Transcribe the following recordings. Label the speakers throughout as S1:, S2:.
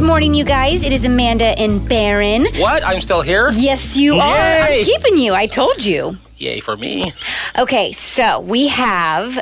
S1: morning, you guys. It is Amanda and Baron.
S2: What? I'm still here?
S1: Yes, you are.
S2: Yay.
S1: I'm keeping you. I told you.
S2: Yay for me.
S1: Okay, so we have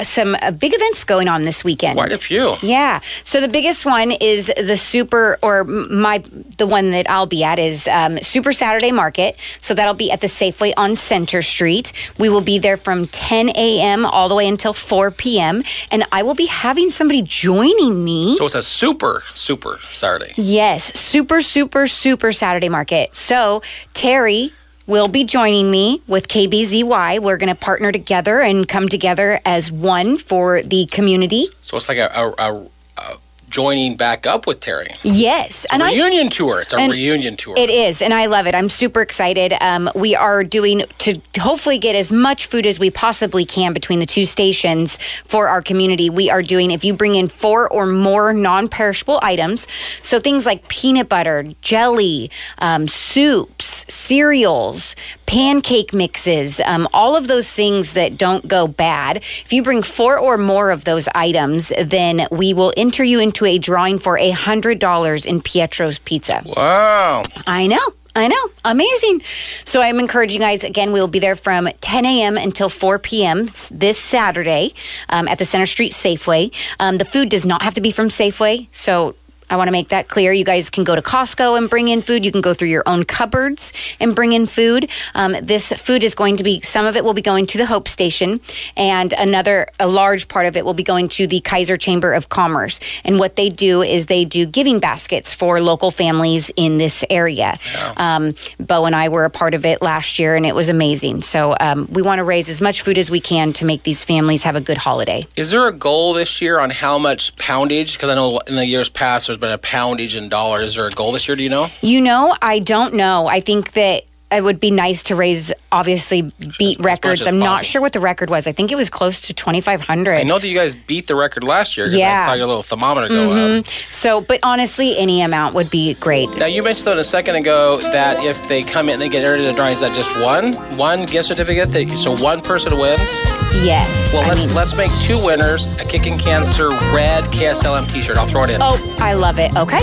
S1: some uh, big events going on this weekend.
S2: Quite a few.
S1: Yeah. So the biggest one is the super, or m- my the one that I'll be at is um, Super Saturday Market. So that'll be at the Safeway on Center Street. We will be there from 10 a.m. all the way until 4 p.m. And I will be having somebody joining me.
S2: So it's a super, super Saturday.
S1: Yes, super, super, super Saturday market. So Terry will be joining me with KBZY. We're going to partner together and come together as one for the community.
S2: So it's like a, a, a, a joining back up with Terry.
S1: Yes, and I
S2: reunion tour. It's a
S1: and
S2: reunion tour.
S1: It is, and I love it. I'm super excited. Um, we are doing to hopefully get as much food as we possibly can between the two stations for our community. We are doing, if you bring in four or more non perishable items, so things like peanut butter, jelly, um, soups, cereals, pancake mixes, um, all of those things that don't go bad. If you bring four or more of those items, then we will enter you into a drawing for $100 in Pietro's Pizza.
S2: Wow.
S1: I know. I know. Amazing. So I'm encouraging you guys again. We'll be there from 10 a.m. until 4 p.m. s- this Saturday um, at the Center Street Safeway. Um, the food does not have to be from Safeway. So I want to make that clear. You guys can go to Costco and bring in food. You can go through your own cupboards and bring in food. Um, this food is going to be, some of it will be going to the Hope Station, and another, a large part of it will be going to the Kaiser Chamber of Commerce. And what they do is they do giving baskets for local families in this area. Um, Bo and I were a part of it last year, and it was amazing. So um, we want to raise as much food as we can to make these families have a good holiday.
S2: Is there a goal this year on how much poundage? Because I know in the years past there's been a poundage in dollars. Is there a goal this year? Do you know?
S1: You know, I don't know. I think that it would be nice to raise, obviously, beat records.
S2: as
S1: I'm not
S2: possible.
S1: sure what the record was. I think it was close to
S2: I
S1: 2,500.
S2: know that you guys beat the record last year. 'cause
S1: Yeah. Mm-hmm.
S2: I saw your little thermometer go up.
S1: So, but honestly, any amount would be great.
S2: Now you mentioned though a second ago that if they come in and they get entered in the drawing, is that just one one gift certificate? That, so one person wins.
S1: Yes.
S2: Well,
S1: I
S2: let's
S1: mean-
S2: let's make two winners: a kicking cancer red KSLM T-shirt. I'll throw it in.
S1: Oh, I love it. Okay.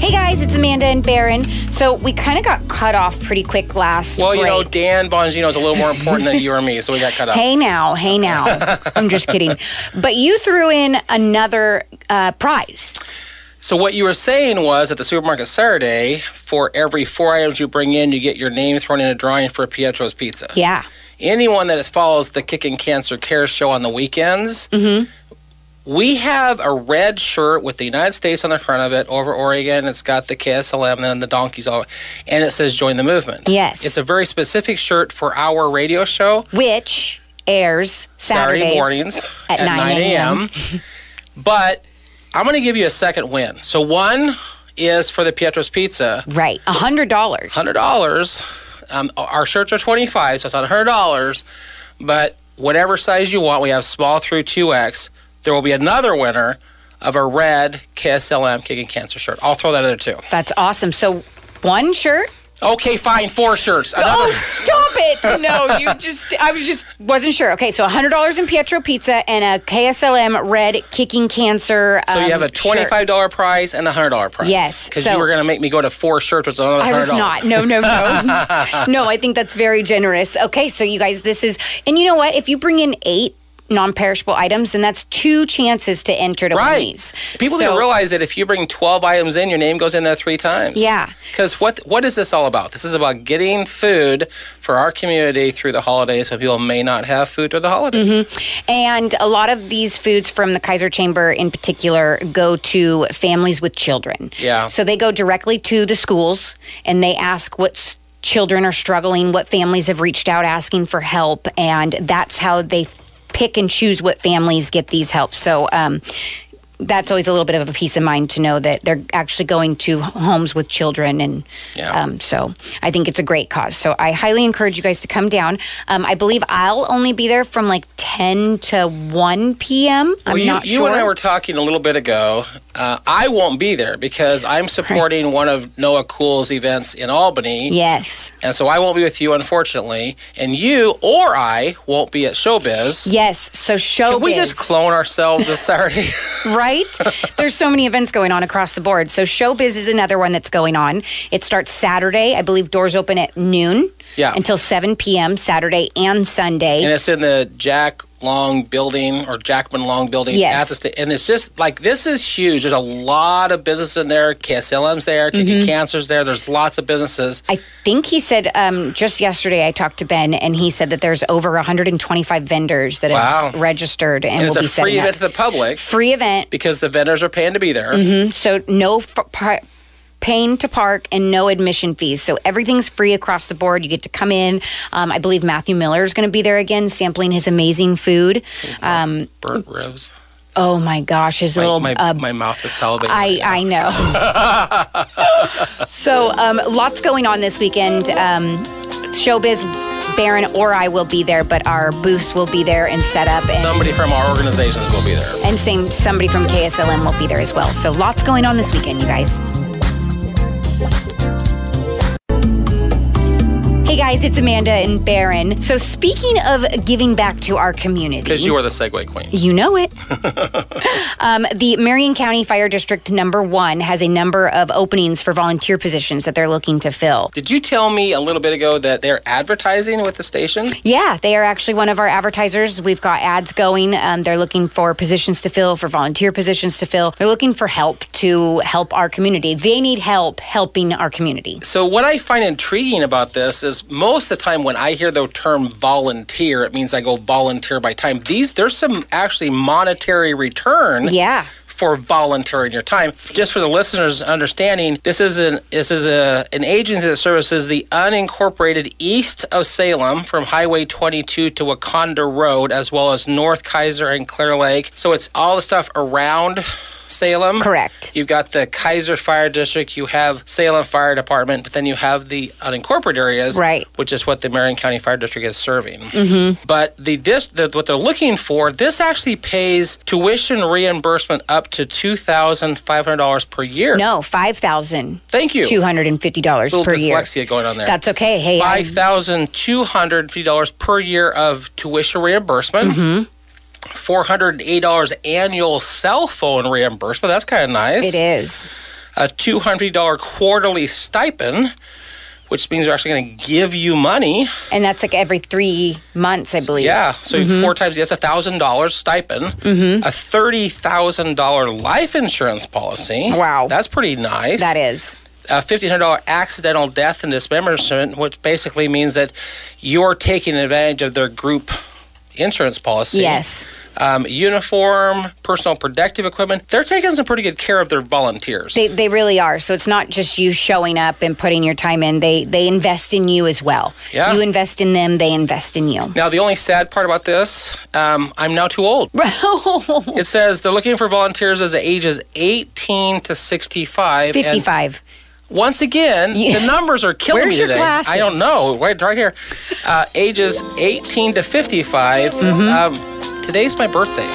S1: Hey guys, it's Amanda and Baron. So we kind of got cut off pretty quick last
S2: well, you
S1: break.
S2: know, Dan Bongino is a little more important than you or me, so we got cut off.
S1: Hey now, hey now. I'm just kidding. But you threw in another uh, prize.
S2: So what you were saying was at the supermarket Saturday, for every four items you bring in, you get your name thrown in a drawing for Pietro's Pizza.
S1: Yeah.
S2: Anyone that follows the Kicking Cancer Care Show on the weekends,
S1: Mm-hmm.
S2: we have a red shirt with the United States on the front of it over Oregon. It's got the KSLM and then the donkeys all, and it says "Join the Movement."
S1: Yes.
S2: it's a very specific shirt for our radio show.
S1: which airs
S2: Saturday
S1: Saturdays
S2: mornings
S1: at 9 a.m..
S2: but I'm going to give you a second win. So one is for the Pietro's Pizza,
S1: Right, a hundred dollars.
S2: hundred dollars. Um, our shirts are twenty five, so it's not hundred dollars. But whatever size you want, we have small through two X. There will be another winner of a red KSLM kicking cancer shirt. I'll throw that other two.
S1: That's awesome. So one shirt.
S2: Okay, fine, four shirts. Another.
S1: Oh, stop it! No, you just—I was just wasn't sure. Okay, so hundred dollars in Pietro Pizza and a KSLM Red Kicking Cancer.
S2: So you have a
S1: um,
S2: twenty-five
S1: shirt.
S2: dollar prize and a hundred dollar prize.
S1: Yes,
S2: because
S1: so-
S2: you were going to make me go to four shirts, which is another
S1: I
S2: hundred
S1: was
S2: dollars.
S1: not. No, no, no. no, I think that's very generous. Okay, so you guys, this is, and you know what? If you bring in eight non-perishable items, then that's two chances to enter to win these.
S2: People
S1: So-
S2: don't realize that if you bring 12 items in, your name goes in there three times.
S1: Yeah.
S2: Because what what is this all about? This is about getting food for our community through the holidays when people may not have food through the holidays.
S1: Mm-hmm. And a lot of these foods from the Kaiser Chamber in particular go to families with children.
S2: Yeah.
S1: So they go directly to the schools and they ask what s- children are struggling, what families have reached out asking for help, and that's how they pick and choose what families get these helps. So, um, that's always a little bit of a peace of mind to know that they're actually going to homes with children and
S2: Yeah.
S1: um, so i think it's a great cause so i highly encourage you guys to come down um, i believe i'll only be there from like 10 to 1 p.m i'm
S2: Well, you,
S1: not
S2: you
S1: sure
S2: and I were talking a little bit ago Uh, I won't be there because I'm supporting one of Noah Cool's events in Albany,
S1: Yes.
S2: and so I won't be with you, unfortunately. And you or I won't be at Showbiz.
S1: Yes. So show
S2: Can we just clone ourselves this Saturday?
S1: right? There's so many events going on across the board. So Showbiz is another one that's going on. It starts Saturday. I believe doors open at noon
S2: Yeah.
S1: until 7 p.m. Saturday and Sunday.
S2: and it's in the Jack Long building or Jackman Long building
S1: Yes.
S2: at the sta- and it's just like this is huge. There's a lot of business in there. KSLM's there,
S1: Mm-hmm.
S2: Kidney Cancer's there. There's lots of businesses.
S1: I think he said um, just yesterday I talked to Ben and he said that there's over 125 vendors that have
S2: Wow.
S1: registered and,
S2: And
S1: will
S2: it's a
S1: be setting
S2: free event
S1: up.
S2: to the public
S1: Free event,
S2: because the vendors are paying to be there.
S1: Mm-hmm. so no f- par- paying to park and no admission fees. So everything's free across the board. You get to come in. Um, I believe Matthew Miller is going to be there again, sampling his amazing food. Um,
S2: Burnt ribs.
S1: Oh my gosh, his
S2: My,
S1: little.
S2: my,
S1: uh,
S2: my mouth is salivating.
S1: I I know. so um, lots going on this weekend. Um, showbiz Baron or I will be there, but our booths will be there and set up, and,
S2: Somebody from our organizations will be there.
S1: and same somebody from KSLM will be there as well. So lots going on this weekend, you guys. Hey guys, it's Amanda and Baron. So speaking of giving back to our community,
S2: Because you are the Segway Queen.
S1: you know it. um, the Marion County Fire District number one has a number of openings for volunteer positions that they're looking to fill.
S2: Did you tell me a little bit ago that they're advertising with the station?
S1: Yeah, they are actually one of our advertisers. We've got ads going. Um, they're looking for positions to fill, for volunteer positions to fill. They're looking for help to help our community. They need help helping our community.
S2: So what I find intriguing about this is most of the time when I hear the term volunteer, it means I go volunteer by time. These there's some actually monetary return
S1: Yeah.
S2: for volunteering your time. Just for the listeners understanding, this is an this is a an agency that services the unincorporated east of Salem from Highway 22 to Wakanda Road, as well as North Kaiser and Clear Lake. So it's all the stuff around Salem.
S1: Correct.
S2: You've got the Kaiser Fire District, you have Salem Fire Department, but then you have the unincorporated areas,
S1: Right.
S2: Which is what the Marion County Fire District is serving. Mm-hmm. But the this the, what they're looking for, this actually pays tuition reimbursement up to two thousand five hundred dollars per year.
S1: No, five thousand
S2: Thank you.
S1: two hundred and fifty dollars
S2: Little
S1: per year.
S2: dyslexia going on there.
S1: That's okay. Hey, I-
S2: Five thousand two hundred fifty dollars per year of tuition reimbursement.
S1: Mm-hmm.
S2: Four hundred eight dollars annual cell phone reimbursement. That's kind of nice
S1: it is.
S2: a $250 quarterly stipend, which means they're actually going to give you money.
S1: And that's like every three months, I believe.
S2: Yeah. So
S1: Mm-hmm.
S2: four times, that's $1,000 stipend, a $30,000 life insurance policy.
S1: Wow.
S2: That's pretty nice.
S1: That is.
S2: A $1,500 accidental death and dismemberment, which basically means that you're taking advantage of their group insurance policy.
S1: Yes.
S2: Um, uniform, personal protective equipment. They're taking some pretty good care of their volunteers.
S1: They, they really are. So it's not just you showing up and putting your time in. They they invest in you as well.
S2: Yeah.
S1: You invest in them, they invest in you.
S2: Now, the only sad part about this, um, I'm now too old. It says they're looking for volunteers as the ages 18 to 65. and
S1: 55.
S2: once again,
S1: Yeah.
S2: the numbers are killing
S1: Where's
S2: me
S1: your
S2: today. I
S1: glasses?
S2: don't know. Right, right here. Uh, ages 18 to 55.
S1: Mm-hmm.
S2: Um, today's my birthday.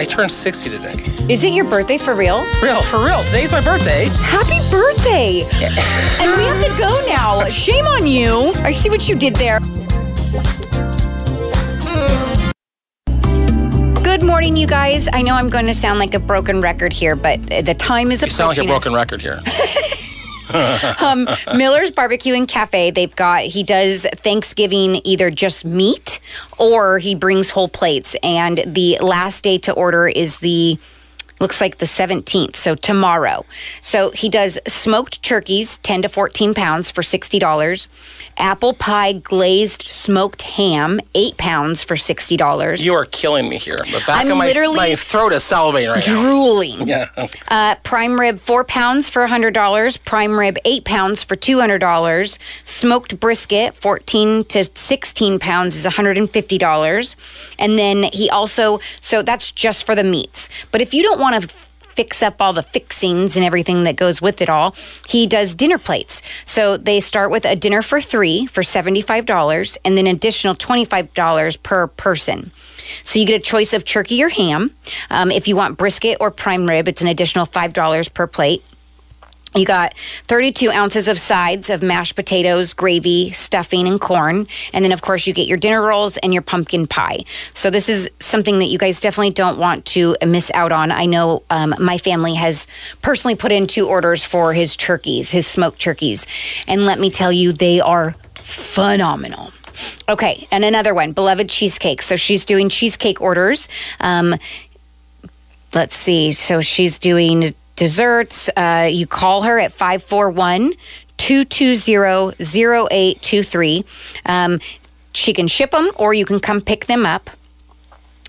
S2: I turned 60 today.
S1: Is it your birthday for real?
S2: Real, for real. Today's my birthday.
S1: Happy birthday. and we have to go now. Shame on you. I see what you did there. Good morning, you guys. I know I'm going to sound like a broken record here, but the time is approaching.
S2: You sound like a
S1: us.
S2: broken record here.
S1: um, Miller's Barbecue and Cafe. They've got he does Thanksgiving either just meat or he brings whole plates. And the last day to order is the looks like the 17th so tomorrow so he does smoked turkeys 10 to 14 pounds for $60 apple pie glazed smoked ham 8 pounds for $60
S2: You are killing me here. The back
S1: I'm
S2: of my,
S1: literally-
S2: my throat is salivating right now.
S1: drooling
S2: Yeah.
S1: Uh, prime rib four pounds for hundred dollars. Prime rib eight pounds for two hundred dollars. Smoked brisket fourteen to sixteen pounds is one hundred and fifty dollars. And then he also so that's just for the meats. But if you don't want to fix up all the fixings and everything that goes with it all, he does dinner plates. So they start with a dinner for three for seventy five dollars, and then additional twenty five dollars per person. So you get a choice of turkey or ham. Um, if you want brisket or prime rib, it's an additional $5 per plate. You got 32 ounces of sides of mashed potatoes, gravy, stuffing, and corn. And then, of course, you get your dinner rolls and your pumpkin pie. So, this is something that you guys definitely don't want to miss out on. I know um, my family has personally put in two orders for his turkeys, his smoked turkeys. And let me tell you, they are phenomenal. Okay, and another one, beloved cheesecake. So, she's doing cheesecake orders. Um, let's see. So, she's doing desserts. Uh, you call her at 541 220 0823. Um, She can ship them or you can come pick them up.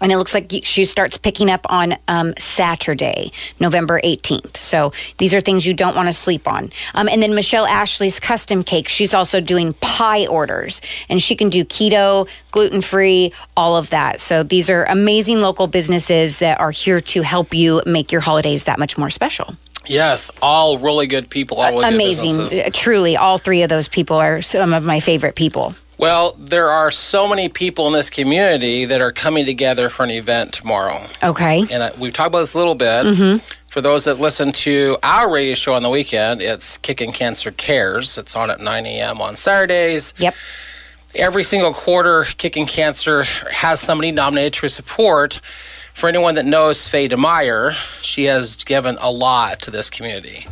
S1: And it looks like she starts picking up on um, Saturday, November 18th. So these are things you don't want to sleep on. Um, and then Michelle Ashley's Custom Cake, she's also doing pie orders. And she can do keto, gluten free, all of that. So these are amazing local businesses that are here to help you make your holidays that much more special.
S2: Yes, all really good people. All really
S1: amazing.
S2: Good businesses.
S1: Truly, all three of those people are some of my favorite people.
S2: Well, there are so many people in this community that are coming together for an event tomorrow.
S1: Okay.
S2: And uh, we've talked about this a little bit. For those that listen to our radio show on the weekend, it's Kicking Cancer Cares. It's on at 9 a.m. on Saturdays.
S1: Yep.
S2: Every single quarter, Kicking Cancer has somebody nominated for support. For anyone that knows Faye DeMeyer, she has given a lot to this community.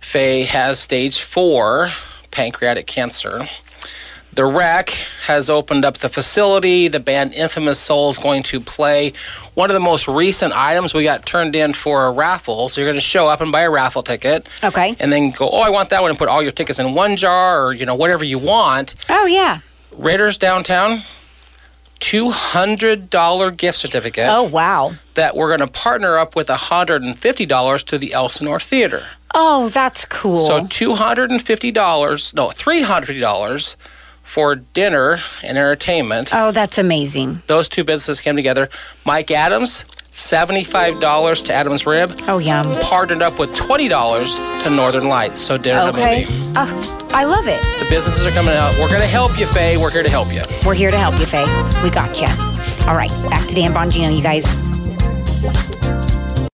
S2: Faye has stage four pancreatic cancer. The Rec has opened up the facility. The band Infamous Soul is going to play one of the most recent items we got turned in for a raffle. So you're going to show up and buy a raffle ticket.
S1: Okay.
S2: And then go, oh, I want that one, and put all your tickets in one jar or, you know, whatever you want.
S1: Oh, yeah.
S2: Raiders Downtown, $200 gift certificate
S1: Oh, wow.
S2: that we're going to partner up with $150 to the Elsinore Theater.
S1: Oh, that's cool.
S2: So $250, no, $350 for dinner and entertainment.
S1: Oh, that's amazing.
S2: Those two businesses came together. Mike Adams, $75 to Adams Rib,
S1: Oh, yum.
S2: partnered up with $20 to Northern Lights. So dinner and a
S1: Okay.
S2: movie.
S1: Oh, I love it.
S2: The businesses are coming out. We're going to help you, Faye. We're here to help you.
S1: We're here to help you, Faye. We got you. All right, back to Dan Bongino, you guys.